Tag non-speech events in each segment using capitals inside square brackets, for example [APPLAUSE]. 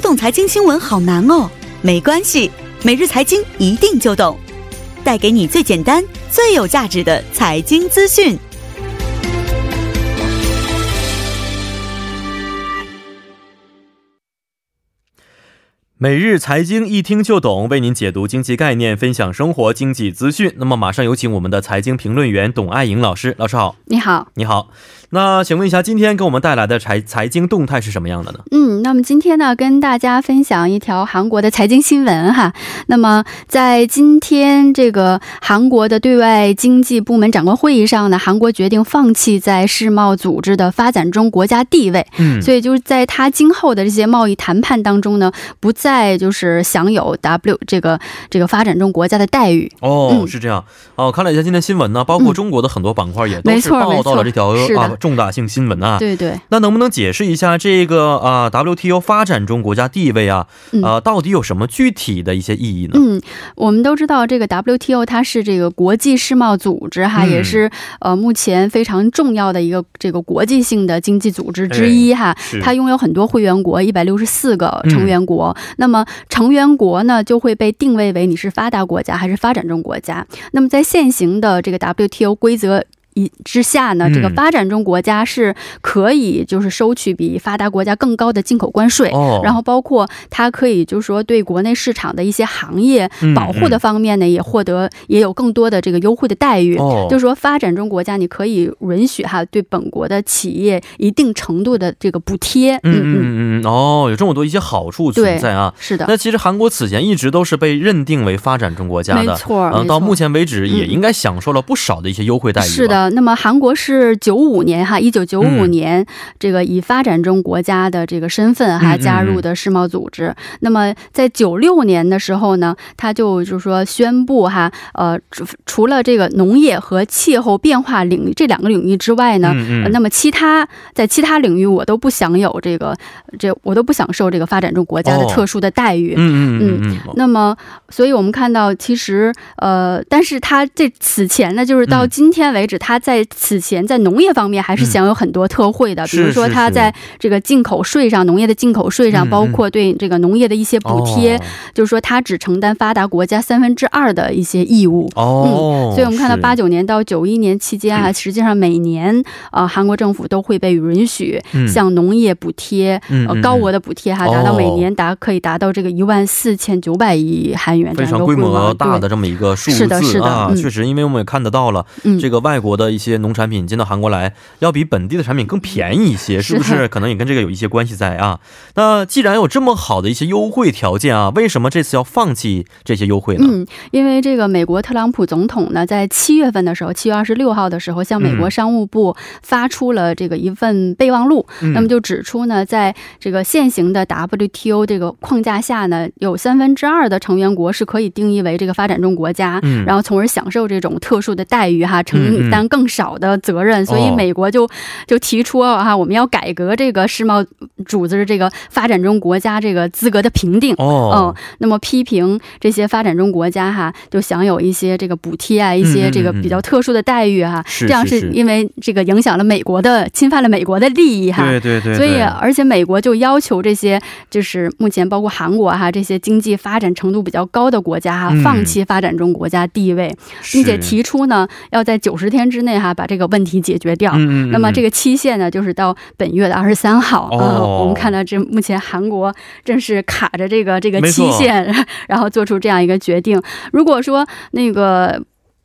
懂财经新闻好难哦，没关系，每日财经一定就懂，带给你最简单、最有价值的财经资讯。每日财经一听就懂，为您解读经济概念，分享生活经济资讯。那么，马上有请我们的财经评论员董爱颖老师，老师好，你好，你好。那请问一下，今天给我们带来的财财经动态是什么样的呢？嗯，那么今天呢，跟大家分享一条韩国的财经新闻哈。那么在今天这个韩国的对外经济部门长官会议上呢，韩国决定放弃在世贸组织的发展中国家地位，嗯所以就是在他今后的这些贸易谈判当中呢，不再就是享有 W 这个这个发展中国家的待遇。哦，嗯是这样哦。看了一下今天新闻呢，包括中国的很多板块也都嗯没是错报道了没错这条是的啊重大性新闻啊。对对，那能不能解释一下这个啊 WTO 发展中国家地位啊嗯啊到底有什么具体的一些意义呢？嗯，我们都知道这个 WTO 它是这个国际世贸组织哈，嗯也是呃目前非常重要的一个这个国际性的经济组织之一哈。是嗯它拥有很多会员国，一百六十四个成员国。那么成员国呢，就会被定位为你是发达国家还是发展中国家。那么在现行的这个 WTO 规则。一之下呢，这个嗯发展中国家是可以就是收取比发达国家更高的进口关税，哦，然后包括它可以就是说对国内市场的一些行业嗯保护的方面呢，也获得也有更多的这个优惠的待遇。哦，就是说，发展中国家你可以允许哈对本国的企业一定程度的这个补贴。嗯嗯嗯嗯哦，有这么多一些好处存在啊。是的，那其实韩国此前一直都是被认定为发展中国家没的，错儿，没错儿嗯，到目。前为止也嗯应该享受了不少的一些优惠待遇。是，的，那么韩国是九五年哈，一九九五嗯年、这个以发展中国家的这个身份哈嗯嗯嗯加入的世贸组织。那么在九六年的时候呢，他就就是说宣布哈，呃，除除了这个农业和气候变化领域这两个领域之外呢。嗯呃嗯，那么其他在其他领域我都不享有这个，这我都不享受这个发展中国家的哦特殊的待遇。嗯嗯嗯嗯，那么，所以我们看到，其实呃，但是它这此前呢，就是到嗯今天为止，它在此前在农业方面还是嗯享有很多特惠的，比是如说是它是在这个进口税上，农业的进口税上，嗯包嗯括对这个农业的一些补贴，哦就是说它只承担发达国家三分之二的一些义务。哦，所以，我们看到是嗯八九年到九一年期间啊，实际上每年呃，韩国政府都会被允许嗯向农业补贴、嗯呃嗯高额的补贴哈，哦达到每年达可以达到这个一万四千九百亿韩元这非样一常个规规模模啊大的对这么一个数字是的是的啊，嗯确实，因为我们也看得到了，嗯这个外国的一些农产品进到韩国来，要比本地的产品更便宜一些，是是不是？可能也跟这个有一些关系在啊。那既然有这么好的一些优惠条件啊，为什么这次要放弃这些优惠呢？嗯，因为这个美国特朗普总统呢，在七月份的时候，七月二十六号的时候，向美国嗯商务部发出了这个一份备忘录，嗯那么就指出呢，在这个现行的 WTO 这个框架下呢，有三分之二的成员国是可以定义为这个发展中国家，嗯然后从而享受这种特殊的待遇哈，承担更少的责任。所以哦美国就就提出啊哈，我们要改革这个世贸组织这个发展中国家这个资格的评定。哦，那么批评这些发展中国家哈，就享有一些这个补贴啊，一些这个比较特殊的待遇哈。嗯是这样是是是因为这个影响了美国的，侵犯了美国的利益哈。对对对，所以，啊对而且美国就要求这些，就是目前包括韩国哈这些经济发展程度比较高的国家哈，嗯放弃发展中国家地位，并且是提出呢，要在九十天之内哈把这个问题解决掉。嗯嗯，那么这个个期限呢，就是到本月的二十三号。哦呃我们看到这目前韩国正是卡着这个这个期限， [LAUGHS] 然后做出这样一个决定。如果说那个。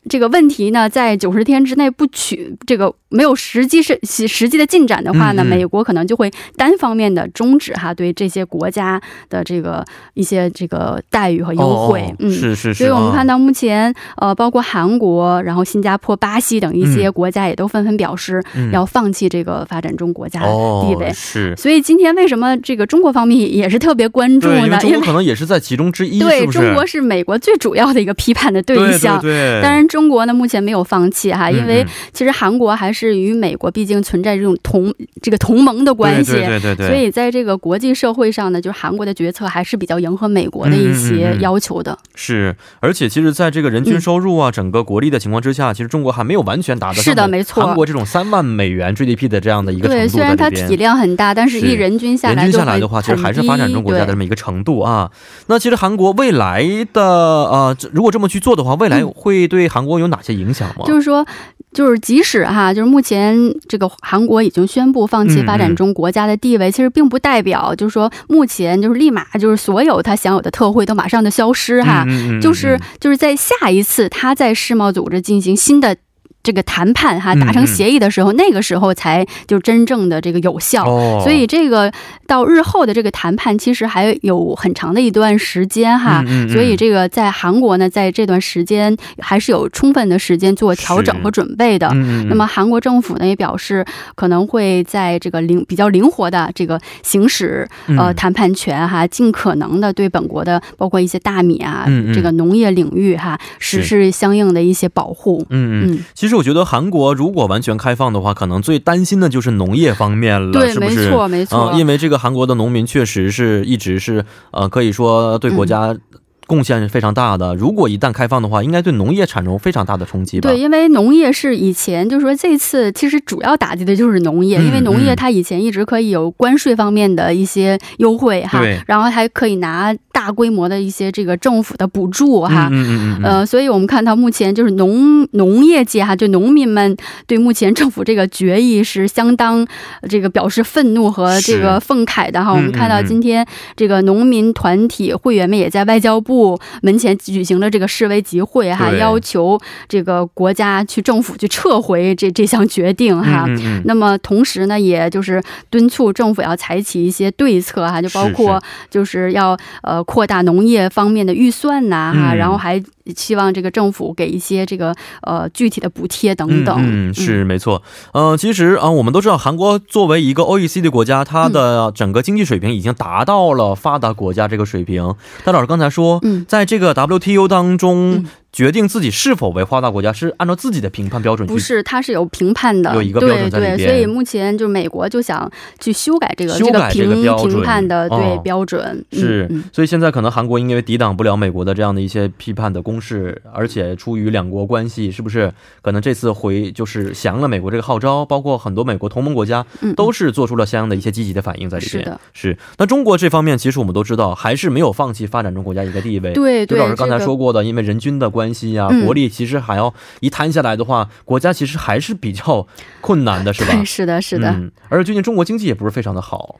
这个问题呢，在九十天之内不取这个没有实际是实实际的进展的话呢，嗯嗯美国可能就会单方面的终止哈对这些国家的这个一些这个待遇和优惠。哦、嗯，是是是，所以我们看到。到目前，呃，包括韩国、然后新加坡、巴西等一些嗯国家也都纷纷表示嗯要放弃这个发展中国家的地位。哦、是所以今天为什么这个中国方面也是特别关注对，因为呢？中国可能也是在其中之一，对是不是中国是美国最主要的一个批判的对象。对对当然，中国呢目前没有放弃哈，嗯啊因为嗯其实韩国还是与美国毕竟存在这种同这个同盟的关系。对对对对对，所以在这个国际社会上呢，就是韩国的决策还是比较迎合美国的一嗯嗯些嗯嗯要求的。是，而且其实，在这个人均嗯收入啊、整个国力的情况之下，其实中国还没有完全达得是上的美没错韩国这种三万美元 GDP 的这样的一个程对，度虽在然它里体边。量很大，但是一是人均下人来均就下来很的话，其实很还是发展低中国家的对这么一个程度啊。那其实韩国未来的呃，这如果这么去做的话，未来嗯会对韩国有哪些影响吗？就是说，就是即使哈，就是目前这个韩国已经宣布放嗯弃发展中国家的地位，其实并不代表就是说目前就是立马就是所有他享有的特惠都马上的消失哈，嗯，嗯嗯嗯就是嗯就是在下一次他在世贸组织进行新的。这个谈判哈嗯达成协议的时候，那个时候才就真正的这个有效。哦，所以这个到日后的这个谈判，其实还有很长的一段时间哈。嗯嗯嗯所以这个在韩国呢，在这段时间还是有充分的时间做调整是和准备的。嗯，嗯那么韩国政府呢也表示，可能会在这个灵比较灵活的这个行使呃嗯谈判权哈，尽可能的对本国的包括一些大米啊嗯嗯这个农业领域哈实是施相应的一些保护。嗯嗯。嗯，其实我觉得韩国如果完全开放的话，可能最担心的就是农业方面了，对，是不没是？错，没错嗯，。因为这个韩国的农民确实是一直是呃，可以说对国家嗯贡献是非常大的。如果一旦开放的话，应该对农业产生非常大的冲击吧？对，因为农业是以前就是说这次其实主要打击的就是农业，嗯因为农业嗯它以前一直可以有关税方面的一些优惠哈对，然后还可以拿大规模的一些这个政府的补助哈。嗯嗯嗯嗯嗯，呃，所以我们看到目前就是农农业界哈，就农民们对目前政府这个决议是相当呃这个表示愤怒和这个愤慨的哈。嗯我们看到今天这个农民团体会员们也在外交部门前举行了这个示威集会哈，对要求这个国家去政府去撤回这这项决定哈。嗯嗯嗯那么同时呢，也就是敦促政府要采取一些对策啊哈、就包括就是要呃扩大农业方面的预算呐、哈、嗯然后还希望这个政府给一些这个呃具体的补贴等等。嗯嗯，是没错。嗯、其实啊、我们都知道，韩国作为一个 OECD 国家，它嗯的整个经济水平已经达到了发达国家这个水平。但老师刚才说，嗯在这个 WTO 当中、嗯决定自己是否为发达国家，是按照自己的评判标准去不是，它是有评判的，有一个标准在里对对，边所以目前就是美国就想去修改这个修改这这个个评标准评判的对、哦标准嗯是嗯，所以现在可能韩国因为抵挡不了美国的这样的一些批判的攻势，而且出于两国关系，是不是可能这次回就是降了美国这个号召，包括很多美国同盟国家嗯都是做出了相应的一些积极的反应在里边。是的是那中国这方面，其实我们都知道，还是没有放弃发展中国家一个地位。对就对，老师刚才这个说过的，因为人均的关系呀、嗯国力其实还要一摊下来的话，国家其实还是比较困难的，是吧对，？是的， [LAUGHS] 是的，嗯，而且最近中国经济也不是非常的好。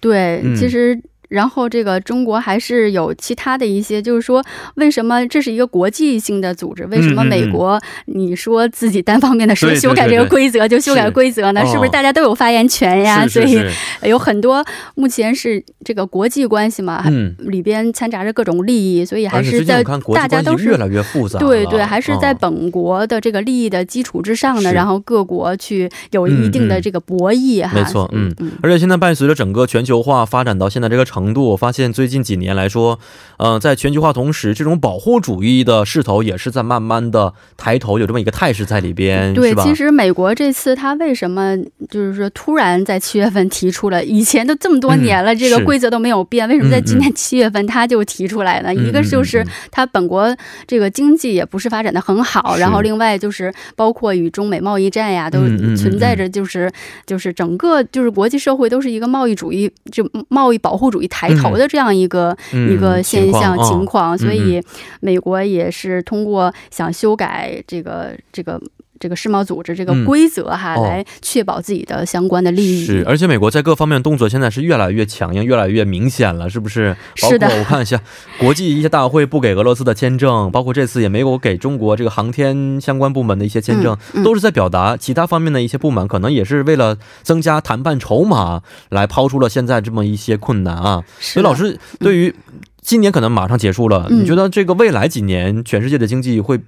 对嗯，其实。然后，这个中国还是有其他的一些，就是说，为什么这是一个国际性的组织？为什么嗯嗯美国你说自己单方面的说对对修改这个规则就修改是规则呢？哦是不是大家都有发言权哎呀？是是所是，以有很多目前是这个国际关系嘛，嗯。里边掺杂着各种利益，所以啊还而且是最近在我看国大际家关系都是越来越复杂了，对对，还是在嗯本国的这个利益的基础之上呢，是然后各国去有一定嗯的嗯这个博弈哈。没错嗯嗯。而且现在伴随着整个全球化发展到现在这个程度，我发现最近几年来说，呃，在全球化同时，这种保护主义的势头也是在慢慢的抬头，有这么一个态势在里边，对是，吧？其实美国这次他为什么就是说突然在七月份提出了？以前都这么多年了，嗯这个是规则都没有变，为什么在今年七月份他就提出来呢？嗯一个就是嗯嗯他本国这个经济也不是发展的很好，是然后另外就是包括与中美贸易战呀，都嗯嗯嗯存在着就是就是整个就是国际社会都是一个贸易主义就贸易保护主义抬头的这样一个、嗯一个现象情嗯况，嗯所以美国也是通过想修改这个这个这个世贸组织这个嗯规则哈，哦来确保自己的相关的利益。是，啊而且美国在各方面动作现在是越来越强硬，越来越明显了，是不是？包是的括我看一 [LAUGHS] 下，国际一些大会不给俄罗斯的签证，包括这次也没有给中国这个航天相关部门的一些签证，嗯嗯都是在表达其他方面的一些不满，可能也是为了增加谈判筹码来抛出了现在这么一些困难啊。是所的以老师对于今年可能马上结束了，嗯你觉得这个未来几年全世界的经济会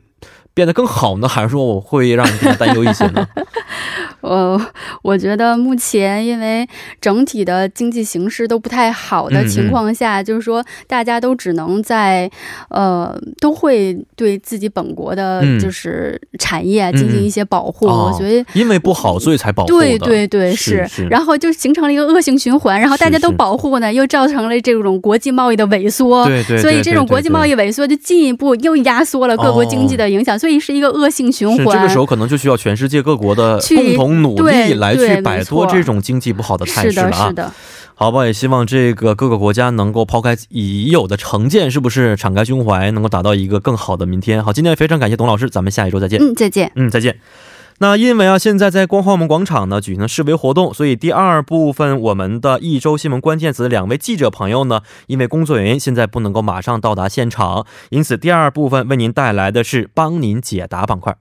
变得更好呢，还是说我会让人更加担忧一些呢？呃，我觉得目前因为整体的经济形势都不太好嗯的情况下，就是说大家都只能在呃，都会对自己本国的嗯就是产业啊进行一些保护。哦我觉得因为不好，所以才保护的。嗯对对对，是是，是然后就形成了一个恶性循环，然后大家是都是保护呢，又造成了这种国际贸易的萎缩。对对对哦所以这种国际贸易萎缩就进一步又压缩了各国经济的影响，所以是一个恶性循是环。这个时候可能就需要全世界各国的共去同努力对来对去没摆脱错这种经济不好的态是势了的，啊是。的，好吧，也希望这个各个国家能够抛开已有的成见，是不是敞开胸怀，能够达到一个更好的明天。好，今天非常感谢董老师，咱们下一周再见。嗯，再见。嗯，再见。那因为啊，现在在光化门广场呢举行示威活动，所以第二部分我们的一周新闻关键词两位记者朋友呢，因为工作原因现在不能够马上到达现场，因此第二部分为您带来的是帮您解答板块。